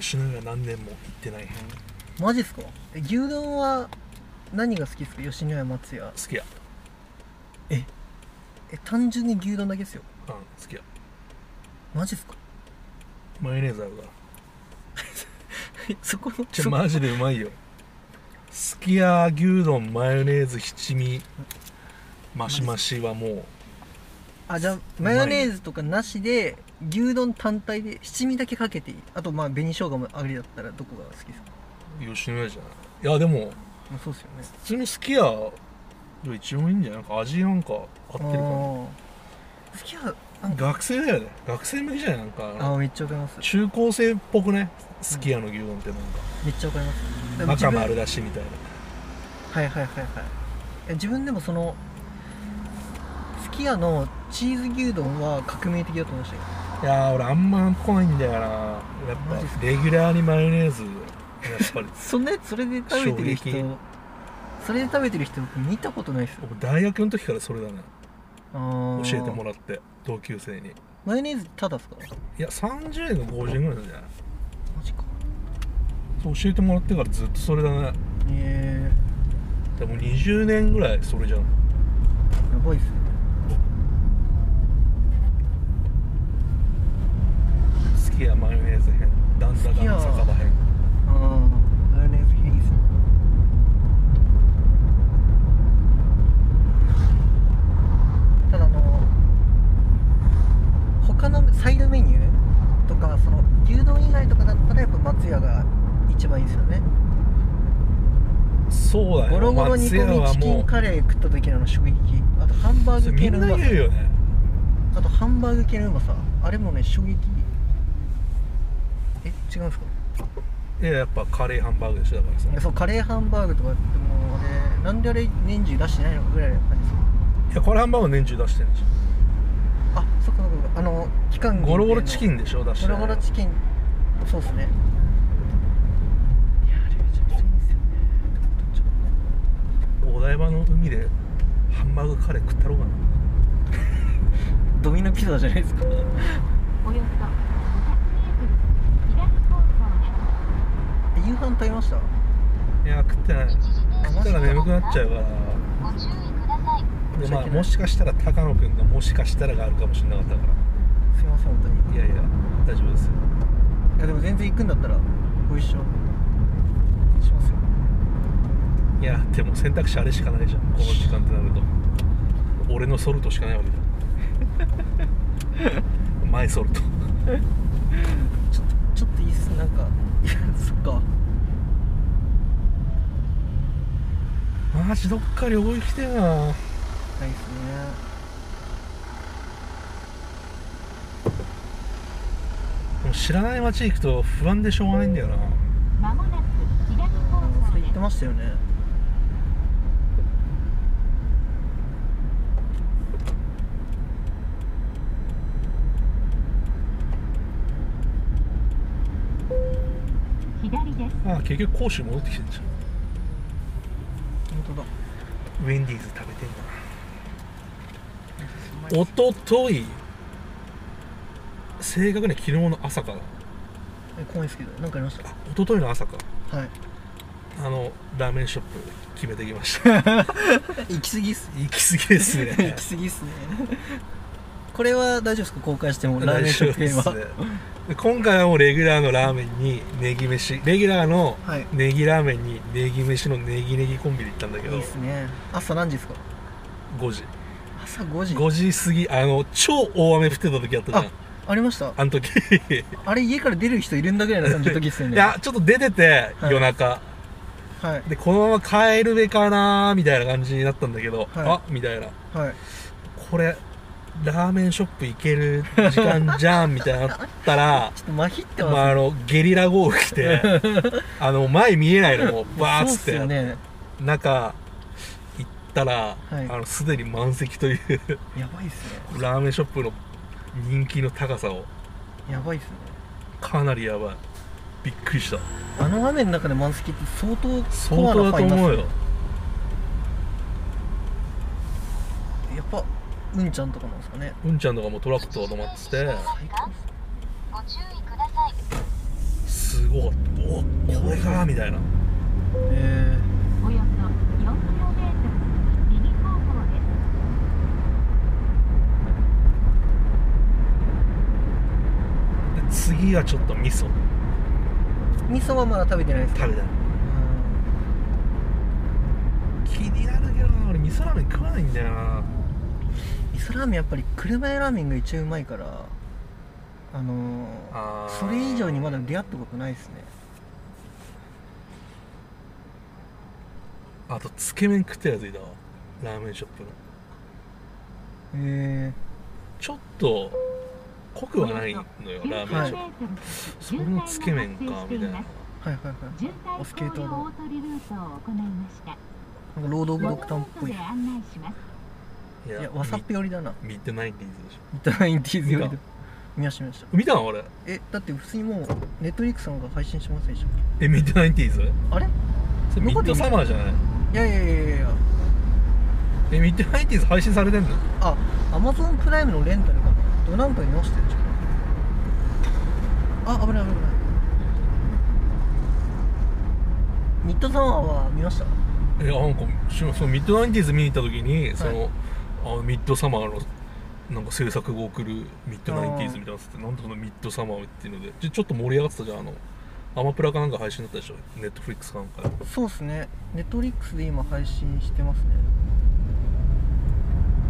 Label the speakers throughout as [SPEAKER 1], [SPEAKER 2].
[SPEAKER 1] 吉野家何年も行ってないへん好
[SPEAKER 2] マジっすかえ牛丼は何が好きっすか吉野家松屋
[SPEAKER 1] きや
[SPEAKER 2] え単純に牛丼だけっすよ
[SPEAKER 1] うん好きや
[SPEAKER 2] マジっすか
[SPEAKER 1] マヨネーズあるか
[SPEAKER 2] そこの
[SPEAKER 1] ち
[SPEAKER 2] そ
[SPEAKER 1] ょマジでうまいよすき家牛丼マヨネーズ七味マシマシはもう
[SPEAKER 2] あじゃあ
[SPEAKER 1] う
[SPEAKER 2] マ
[SPEAKER 1] まいね
[SPEAKER 2] ヨネーズとかなしで牛丼単体で七味だけかけていいあとまあ紅生姜もありだったらどこが好きですか、
[SPEAKER 1] 吉野家じゃないいやでも
[SPEAKER 2] まあ、そうっすよね
[SPEAKER 1] 普通にすき家が一番いいんじゃないなんか味なんか合ってるか
[SPEAKER 2] あ
[SPEAKER 1] な
[SPEAKER 2] ー好きはなんか
[SPEAKER 1] 学生だよね学生向きじゃないなんか
[SPEAKER 2] あーめっちゃわかります
[SPEAKER 1] 中高生っぽくねすき家の牛丼ってなんか
[SPEAKER 2] めっちゃわかりますでも
[SPEAKER 1] バ
[SPEAKER 2] 自
[SPEAKER 1] カ
[SPEAKER 2] 分
[SPEAKER 1] もあるらしいみたいな
[SPEAKER 2] はいはいはいはいえ自分でもそのすき家のチーズ牛丼は革命的だと思いましたよ
[SPEAKER 1] いやー俺あんま来ないんだよなや
[SPEAKER 2] マジっ
[SPEAKER 1] っ
[SPEAKER 2] す
[SPEAKER 1] ぱレギュラーにマヨネーズやっぱり
[SPEAKER 2] そんなやつそれで食べてる人
[SPEAKER 1] 衝
[SPEAKER 2] それで食べてる人僕見たことないですよ
[SPEAKER 1] 僕大学の時からそれだね
[SPEAKER 2] あ
[SPEAKER 1] 教えても
[SPEAKER 2] ら
[SPEAKER 1] らって同級生に
[SPEAKER 2] マヨネーズただですか
[SPEAKER 1] いや30円が50円ぐらいなんじゃない
[SPEAKER 2] マジか
[SPEAKER 1] そう教えてもらってからずっとそれだね
[SPEAKER 2] え
[SPEAKER 1] でも20年ぐらいそれじゃん
[SPEAKER 2] ー、やばいっすね
[SPEAKER 1] 好きやマヨネーズ編段坂
[SPEAKER 2] 好きや
[SPEAKER 1] の酒場編
[SPEAKER 2] あーマヨネーズいいっすねただあの他のサイドメニューとかその牛丼以外とかだったらやっぱ松屋が一番いいですよね
[SPEAKER 1] そうだね
[SPEAKER 2] ゴロゴロ煮
[SPEAKER 1] 松屋
[SPEAKER 2] 込み
[SPEAKER 1] は
[SPEAKER 2] チキ
[SPEAKER 1] も
[SPEAKER 2] ンカレー食った時のあの衝撃あとハンバー
[SPEAKER 1] う
[SPEAKER 2] グ
[SPEAKER 1] み
[SPEAKER 2] 系の
[SPEAKER 1] ん
[SPEAKER 2] うま
[SPEAKER 1] な
[SPEAKER 2] さ
[SPEAKER 1] 言うよね
[SPEAKER 2] あとハンバーグ系のうまさあれもね衝撃え違うんですか
[SPEAKER 1] いややっぱカレーハンバーグでしょだからさ
[SPEAKER 2] いやそうカレーハンバーグとかってもうあれなんであれ年中出してないのかぐらいの感じです
[SPEAKER 1] いやカレーハンバーグ年中出してるでし
[SPEAKER 2] あそっかそっかそっかあの期間限
[SPEAKER 1] ょ
[SPEAKER 2] 定
[SPEAKER 1] ゴ
[SPEAKER 2] の
[SPEAKER 1] ロゴロチキンでしょ出して
[SPEAKER 2] ゴロ
[SPEAKER 1] るの
[SPEAKER 2] ゴロチキンそうっすねいやあれめちゃくちゃいいんですよねちょっと
[SPEAKER 1] お台場の海でハンバーグカレー食ったろうかな
[SPEAKER 2] ドミノピザじゃないですか
[SPEAKER 3] およそ 500m
[SPEAKER 2] 夕飯食
[SPEAKER 3] 左方向です。
[SPEAKER 2] べました
[SPEAKER 1] いや食ってない食ったら眠くなっちゃうから
[SPEAKER 3] ご注意ください。
[SPEAKER 1] で
[SPEAKER 2] 申し
[SPEAKER 1] ま
[SPEAKER 2] 訳な
[SPEAKER 1] あ
[SPEAKER 2] い
[SPEAKER 1] もしかしたら高野君がもしかしたらがあるかもしれなかったか
[SPEAKER 2] すいません本当に
[SPEAKER 1] らいやいや大丈夫ですよ
[SPEAKER 2] いやでも全然行くんだったらご一緒しますよ
[SPEAKER 1] いやでも選択肢あれしかないじゃんこの時間ってなると俺のソルトしかないわけ だマイソル
[SPEAKER 2] ち
[SPEAKER 1] ト
[SPEAKER 2] ょっとちょっといいっすなんかいやそっか
[SPEAKER 1] マジどっか旅行行きてえな
[SPEAKER 2] ないっすね
[SPEAKER 1] でも知らない街行くと不安でしょうがないんだよな
[SPEAKER 3] まもなく左方
[SPEAKER 2] そ
[SPEAKER 3] 向
[SPEAKER 2] れ
[SPEAKER 3] で
[SPEAKER 2] 言ってましたよね
[SPEAKER 3] す。左です。
[SPEAKER 1] ああ結局甲州戻ってきてんじゃん
[SPEAKER 2] 本当だ
[SPEAKER 1] ウェンディーズ食べてんだなおととい正確には昨日の朝かな
[SPEAKER 2] え怖いですけどなんかありまし
[SPEAKER 1] あおとといの朝か
[SPEAKER 2] たはい
[SPEAKER 1] あのラーメンショップ決めてきました
[SPEAKER 2] 行き過ぎっす
[SPEAKER 1] 行き過 ぎです
[SPEAKER 2] 行
[SPEAKER 1] ね
[SPEAKER 2] き過ぎっすねこれは大丈夫ですか公開してもラーメン食品は
[SPEAKER 1] 大丈夫ですねで今回はもうレギュラーのラーメンにネギ飯レギュラーの
[SPEAKER 2] はい
[SPEAKER 1] ネギラーメンにネギ飯のネギネギコンビで行ったんだ
[SPEAKER 2] い
[SPEAKER 1] けど
[SPEAKER 2] いっすね朝何時ですか
[SPEAKER 1] 5時
[SPEAKER 2] 朝5時
[SPEAKER 1] 5時過ぎあの超大雨降ってた時あったじゃん
[SPEAKER 2] あありました
[SPEAKER 1] あの 時
[SPEAKER 2] あれ家から出る人いるんだぐらいな感じの時っすよ
[SPEAKER 1] い
[SPEAKER 2] ね
[SPEAKER 1] やちょっと出てて、
[SPEAKER 2] はい
[SPEAKER 1] 夜中
[SPEAKER 2] はい
[SPEAKER 1] でこのまま帰るべかなーみたいな感じになったんだけど、
[SPEAKER 2] はい
[SPEAKER 1] あみたいな
[SPEAKER 2] はい
[SPEAKER 1] これラーメンショップ行ける時間じゃんみたいになったら
[SPEAKER 2] ちょっとまひって
[SPEAKER 1] ま
[SPEAKER 2] ますね
[SPEAKER 1] ああのゲリラ豪雨 来てあの前見えないのもうバ
[SPEAKER 2] そ
[SPEAKER 1] ー
[SPEAKER 2] う
[SPEAKER 1] ッ
[SPEAKER 2] っ
[SPEAKER 1] つっ
[SPEAKER 2] す
[SPEAKER 1] て
[SPEAKER 2] よね
[SPEAKER 1] 中行ったら、
[SPEAKER 2] はい
[SPEAKER 1] あのすでに満席という
[SPEAKER 2] やばいっすね
[SPEAKER 1] ラーメンショップの人気の高さを
[SPEAKER 2] やばいっすね
[SPEAKER 1] かなりやばいびっくりした
[SPEAKER 2] あの雨の中で満席って相当
[SPEAKER 1] 相当だと思うよ
[SPEAKER 2] やっぱうんちゃんとかなんですかね
[SPEAKER 1] うんちゃんとかもトラクター止まってて
[SPEAKER 3] ご注意ください。
[SPEAKER 1] すすごいおこれかみたいな
[SPEAKER 2] え
[SPEAKER 3] およそ 4km 右方向です。
[SPEAKER 1] で次はちょっと味噌
[SPEAKER 2] ー、味噌はまだ食べてないですか
[SPEAKER 1] 食べたい
[SPEAKER 2] うん
[SPEAKER 1] 気になるけどな俺味噌ラーメン食わないんだよな
[SPEAKER 2] 味噌ラーメンやっぱり車屋ラーメンが一番うまいからあのー
[SPEAKER 1] あー
[SPEAKER 2] それ以上にまだ出会ったことないですね
[SPEAKER 1] あとつけ麺食ったやついたわラーメンショップの
[SPEAKER 2] え
[SPEAKER 1] ちょっと濃くはないのよラーメンショップ、
[SPEAKER 3] はい
[SPEAKER 1] そのつけ麺かみたい
[SPEAKER 2] ー、
[SPEAKER 1] な
[SPEAKER 2] はいはいはい
[SPEAKER 3] 渋滞
[SPEAKER 2] おスケー
[SPEAKER 3] 紅
[SPEAKER 2] ト
[SPEAKER 3] 葉
[SPEAKER 2] の
[SPEAKER 3] 大鳥ルートを行いました。
[SPEAKER 2] なんかロード・オブ・ドクター
[SPEAKER 3] ノ
[SPEAKER 2] っぽいい
[SPEAKER 3] で案内します。
[SPEAKER 1] い
[SPEAKER 2] やわさっぺ寄りだな
[SPEAKER 1] ミミッドナインティーズでし
[SPEAKER 2] ミッドナインティーズ寄りだ
[SPEAKER 1] 見
[SPEAKER 2] 見ました見ました
[SPEAKER 1] ょ見たの俺
[SPEAKER 2] えだって普通にもうネットリックスの方が配信しませんでしたっ
[SPEAKER 1] えミッドナインティーズ
[SPEAKER 2] けあれい
[SPEAKER 1] それミッドサマーじゃない
[SPEAKER 2] やいやいやいやいや
[SPEAKER 1] えミッドナインティーズ配信されてんの
[SPEAKER 2] あアマゾンプライムのレンタルかなどなんかに直してるじゃんあ危ない危ない危ないミッドサマーは見ました
[SPEAKER 1] いやなんかしそのミッドナインティーズ見に行った時にその、あミッドサマーのなんか制作を送るミッドナインティーズみたいなのつってなんでそのミッドサマーっていうのでちょちょっと盛り上がってたじゃんあのアマプラかなんか配信だったでしょネットフリックスかなんかで
[SPEAKER 2] そうっすねネットリックスで今配信してますね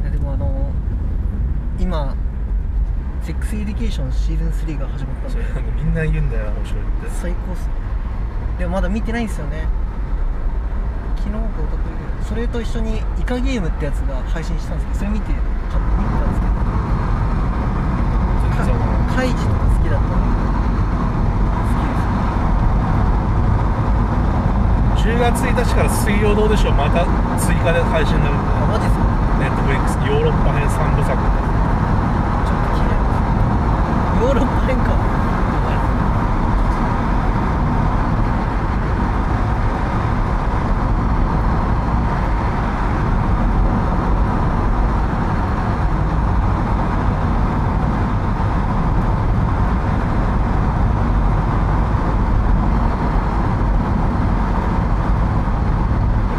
[SPEAKER 2] いやでもあの今セックスエディケーションシーズン3が始まったん
[SPEAKER 1] そ
[SPEAKER 2] で
[SPEAKER 1] れなんかみんな言うんだよ面白いって
[SPEAKER 2] 最高っすねでもまだ見てないんですよね昨日か一昨日ぐらいそれと一緒にイカゲームってやつが配信したんですけどそれ見て買って見てたんですけど
[SPEAKER 1] 全然さ
[SPEAKER 2] カイジとか好きだったん
[SPEAKER 1] 10月1日から水曜どうでしょうまた追加で配信になるん
[SPEAKER 2] で好きですあマジっすか
[SPEAKER 1] でネットフリックスヨーロッパ編3部作
[SPEAKER 2] ちょっと気になりますヨーロッパ編か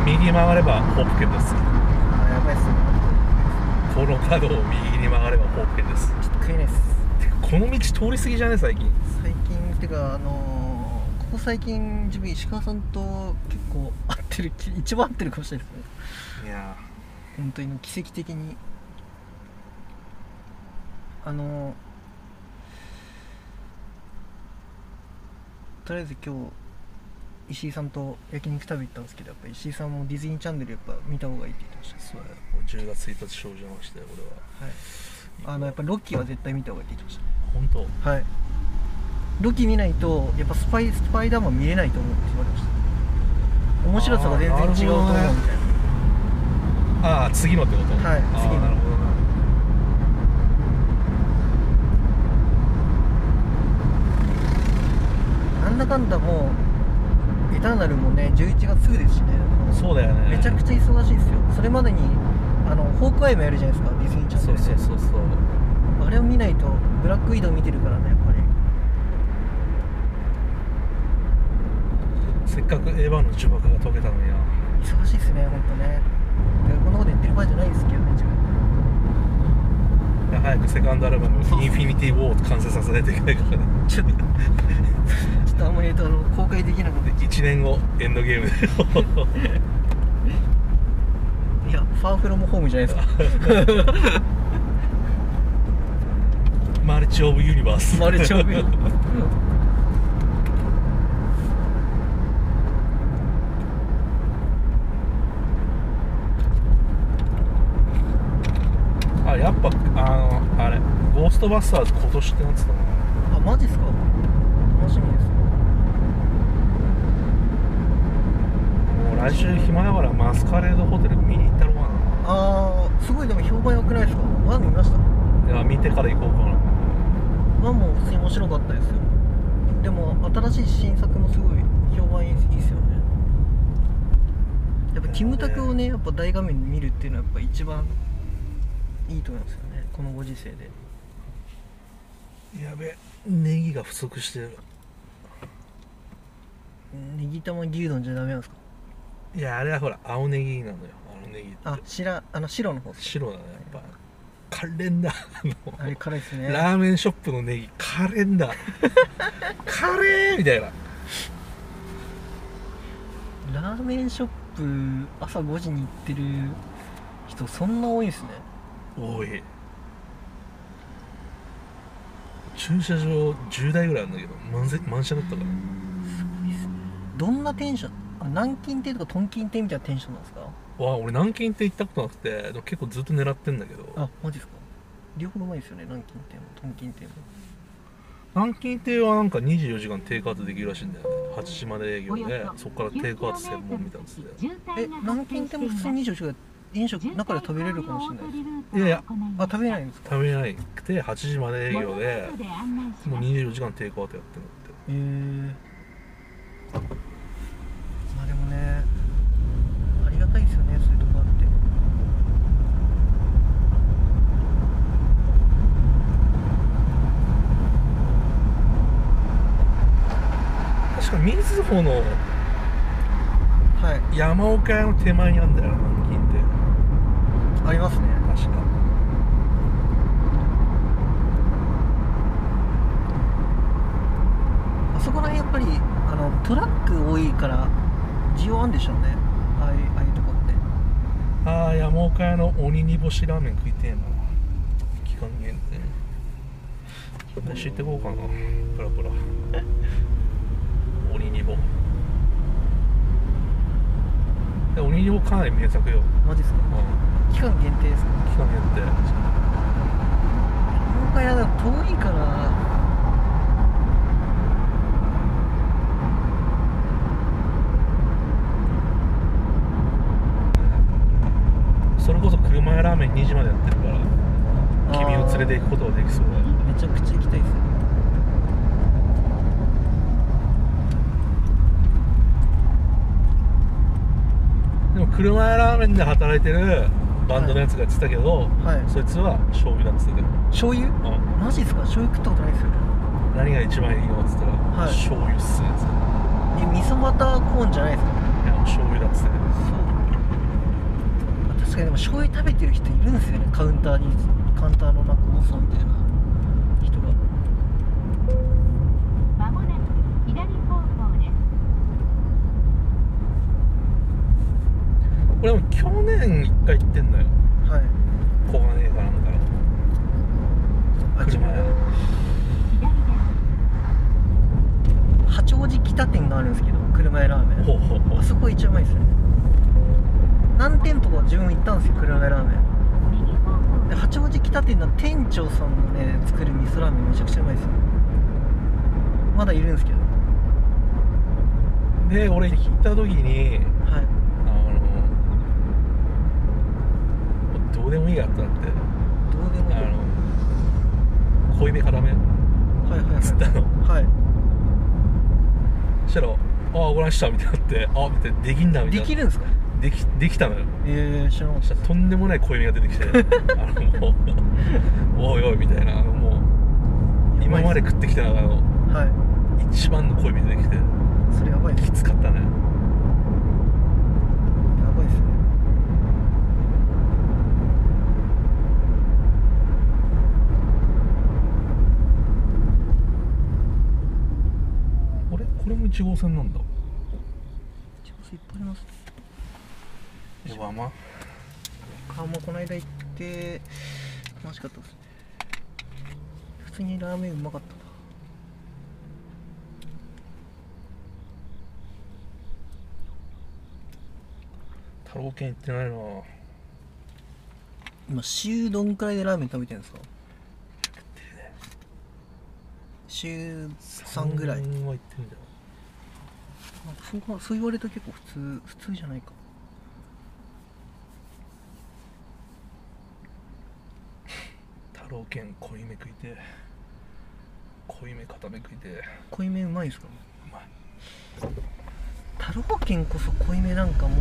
[SPEAKER 1] 右曲がればホープ県です
[SPEAKER 2] あやばいっすね
[SPEAKER 1] この角を右に曲がればホープ県です
[SPEAKER 2] ちょっと食えないっす
[SPEAKER 1] てかこの道通り過ぎじゃね最近
[SPEAKER 2] 最近てかあのー、ここ最近自分石川さんと結構合ってるき一番合ってるかもしれないですね
[SPEAKER 1] いや
[SPEAKER 2] 本当に奇跡的にあのとりあえず今日石井さんと焼肉食べ行ったんですけどやっぱ石井さんもディズニーチャンネルやっぱ見た方がいいって言ってましたね
[SPEAKER 1] そうだよもう10月1日症状ましたよ俺は
[SPEAKER 2] あのやっぱロッキーは絶対見た方がいいって言ってまし
[SPEAKER 1] 本当
[SPEAKER 2] たはいロッキー見ないとやっぱスパイスパイダーマン見れないと思うって言われました面白さが全然違うと思うみた
[SPEAKER 1] あーな
[SPEAKER 2] い
[SPEAKER 1] るほどね
[SPEAKER 2] な
[SPEAKER 1] ああ次のってこと
[SPEAKER 2] はい
[SPEAKER 1] ああ
[SPEAKER 2] 次の
[SPEAKER 1] なるほどな
[SPEAKER 2] なんだかんだもうエターナルもね11月すぐですしね
[SPEAKER 1] そうだよね
[SPEAKER 2] めちゃくちゃ忙しいですよそれまでにあのホークアイもやるじゃないですかディズニーチャンネ
[SPEAKER 1] そ
[SPEAKER 2] ル
[SPEAKER 1] う
[SPEAKER 2] で
[SPEAKER 1] そうそうそう
[SPEAKER 2] あれを見ないとブラックウィドウ見てるからねやっぱり
[SPEAKER 1] せっかくエヴァの呪縛が解けたのにな
[SPEAKER 2] 忙しいですねほんとねでこんなこと言ってる場合じゃないですけどね自分
[SPEAKER 1] いや早くセカンドアル バム
[SPEAKER 2] そう
[SPEAKER 1] 「インフィニティ・ウォー」完成させないといけないからね
[SPEAKER 2] ちょっとちょっとあんまり言うとあの公開できなくて
[SPEAKER 1] 1年後エンドゲームで
[SPEAKER 2] いやファーフロムホームじゃないですか
[SPEAKER 1] マルチ・オブ・ユニバー ス
[SPEAKER 2] マルチョビ
[SPEAKER 1] あやっぱあのあれ「ゴーストバスターズ」今年ってなってたな
[SPEAKER 2] あマジっすか楽しみです
[SPEAKER 1] もう来週暇だからマスカレードホテル見に行ったろうか
[SPEAKER 2] あーすごいでも評判良くないですかワン見ました
[SPEAKER 1] ないや見てから行こうかな
[SPEAKER 2] ワンも普通に面白かったですよでも新しい新作もすごい評判いいですよねやっぱキムタクをねやっぱ大画面で見るっていうのはやっぱ一番いいと思いますよねこのご時世で
[SPEAKER 1] やべネギが不足してる
[SPEAKER 2] ネギ玉牛丼じゃダメなんですか
[SPEAKER 1] いやあれはほら青ネギなのよ青ネギっ
[SPEAKER 2] あ
[SPEAKER 1] て
[SPEAKER 2] 白あの白の方です
[SPEAKER 1] 白だねやっぱカレンダーあの
[SPEAKER 2] あれ辛いですね
[SPEAKER 1] ラーメンショップのネギカレン ダーカレーみたいな
[SPEAKER 2] ラーメンショップ朝5時に行ってる人そんな多いんですね
[SPEAKER 1] 多い駐車場10台ぐらいあるんだけど満席満車だったから
[SPEAKER 2] どんなテンションあ南京亭とかトンキン亭みたいなテンションなんですか
[SPEAKER 1] わあ俺南京って行ったことなくてでも結構ずっと狙ってんだけど
[SPEAKER 2] あマジですか両方うまいですよね南京亭もトンキン亭も
[SPEAKER 1] 南京亭はなんか24時間テイクアウトできるらしいんだよね8時まで営業
[SPEAKER 3] およ
[SPEAKER 1] で
[SPEAKER 3] そ
[SPEAKER 1] そこからテイクアウト専門みたいなやつで
[SPEAKER 2] え南京亭も普通に24時間飲食中で食べれるかもしれないです
[SPEAKER 1] いやいや
[SPEAKER 2] あ食べれないんですか
[SPEAKER 1] 食べなくて8時まで営
[SPEAKER 3] 営
[SPEAKER 1] 業
[SPEAKER 3] 業
[SPEAKER 1] で
[SPEAKER 3] で
[SPEAKER 1] もう
[SPEAKER 3] もうに
[SPEAKER 1] 24時間テイクアウトやってるって
[SPEAKER 2] へえまあでもねありがたいですよねそういうとこあって
[SPEAKER 1] 確かみずほの
[SPEAKER 2] はい
[SPEAKER 1] 山岡屋の手前にあるんだよな南京って
[SPEAKER 2] ありますね
[SPEAKER 1] 確か
[SPEAKER 2] あそこら辺やっぱりあのトラック多いから需要あるんでしょうねああいうああいうとこって
[SPEAKER 1] ああ山岡屋の鬼煮干しラーメン食いてえな期間限定もう知ってこうかなプラプラ鬼煮干で鬼煮干かなり名作よ、
[SPEAKER 2] マジですか
[SPEAKER 1] うん、
[SPEAKER 2] 期間限定ですか
[SPEAKER 1] 期間限定
[SPEAKER 2] 今回はでも遠いから
[SPEAKER 1] それこそ車屋ラーメン2時までやってるから君を連れて行くことができそうだよ
[SPEAKER 2] めちゃくちゃ行きたいですよ
[SPEAKER 1] でも車屋ラーメンで働いてるバンドのやつが言ってたけど、
[SPEAKER 2] はい
[SPEAKER 1] そいつは醤油だっつってたよ、
[SPEAKER 2] 醤油
[SPEAKER 1] うん、
[SPEAKER 2] マジですか醤油食ったことないですよ
[SPEAKER 1] 何が一番いいのっつったら、
[SPEAKER 2] はい
[SPEAKER 1] 醤油っすねっつって
[SPEAKER 2] え味噌バターコーンじゃないですか
[SPEAKER 1] いや醤油だっつってたよ
[SPEAKER 2] そう確かにでも醤油食べてる人いるんですよねカウンターにカウンターのなんか多さみたいな人が
[SPEAKER 3] まもなく左方向です
[SPEAKER 1] 俺も去年一回行ってんだよ
[SPEAKER 2] はい
[SPEAKER 1] 小金井かなん
[SPEAKER 2] あ
[SPEAKER 1] かの車屋
[SPEAKER 3] 左です
[SPEAKER 2] 八王子北店があるんですけど車屋ラーメン
[SPEAKER 1] ほうほうほう
[SPEAKER 2] あそこ一応うまいですね何店舗か自分も行ったんですよ車屋ラーメン
[SPEAKER 3] 右方向
[SPEAKER 2] で
[SPEAKER 3] です
[SPEAKER 2] 八王子北店の店長さんのね作る味噌ラーメンめちゃくちゃうまいですよまだいるんですけど
[SPEAKER 1] で俺行った時に
[SPEAKER 2] はい
[SPEAKER 1] あのどうでもいいやってなって
[SPEAKER 2] どうで
[SPEAKER 1] あ
[SPEAKER 2] もいいはい
[SPEAKER 1] の濃いめ辛めっ
[SPEAKER 2] はいはい
[SPEAKER 1] つったの
[SPEAKER 2] はい
[SPEAKER 1] そしたら「ああごらんした」みたいになって「あみたいなできんだ」みた
[SPEAKER 2] で
[SPEAKER 1] いな
[SPEAKER 2] きるんですか
[SPEAKER 1] できできたのよ
[SPEAKER 2] えー、知らなかっ
[SPEAKER 1] そしたらとんでもない濃いめが出てきてあのもう「おいおい」みたいなあのもう
[SPEAKER 2] た
[SPEAKER 1] 今まで
[SPEAKER 2] や
[SPEAKER 1] 食ってきた中の
[SPEAKER 2] ばいっすは
[SPEAKER 1] 一番の濃いめ出てきて
[SPEAKER 2] いそれやばいです
[SPEAKER 1] きつかったね
[SPEAKER 2] やばいですね
[SPEAKER 1] あれこれも1号線なんだ
[SPEAKER 2] チャンスいっぱいあります
[SPEAKER 1] えわま
[SPEAKER 2] あんまこの間行って楽しかったですね普通にラーメンうまかったな
[SPEAKER 1] 太郎犬行ってないな食っ
[SPEAKER 2] 今週どんくらいでラーメン食べてるんですか
[SPEAKER 1] てるね
[SPEAKER 2] 週3ぐらい、
[SPEAKER 1] 3は行ってんだよ
[SPEAKER 2] あそうかそう言われると結構普通普通じゃないか
[SPEAKER 1] 太郎犬濃いめ食いて濃いめ固め食いてう
[SPEAKER 2] 濃いめうまいですか
[SPEAKER 1] まい
[SPEAKER 2] 太郎県こそ濃いめなんかもう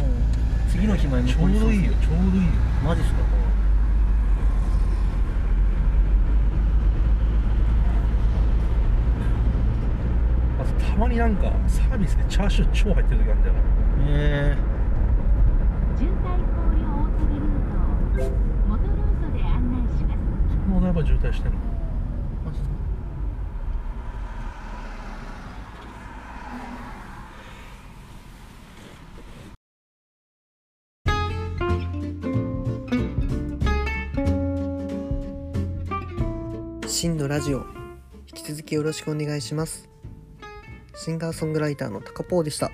[SPEAKER 2] 次の日まで
[SPEAKER 1] ちょうどいいよちょうどいいよ
[SPEAKER 2] マジっすか
[SPEAKER 1] あと食まになんかサービスでチャーシュー超入ってる時あるんだよな
[SPEAKER 2] え
[SPEAKER 3] 渋滞考慮大粒ルートを元ルートで案内します
[SPEAKER 1] それもお台場渋滞してんの
[SPEAKER 2] 真のラジオ引き続きよろしくお願いしますシンガーソングライターの高ポーでした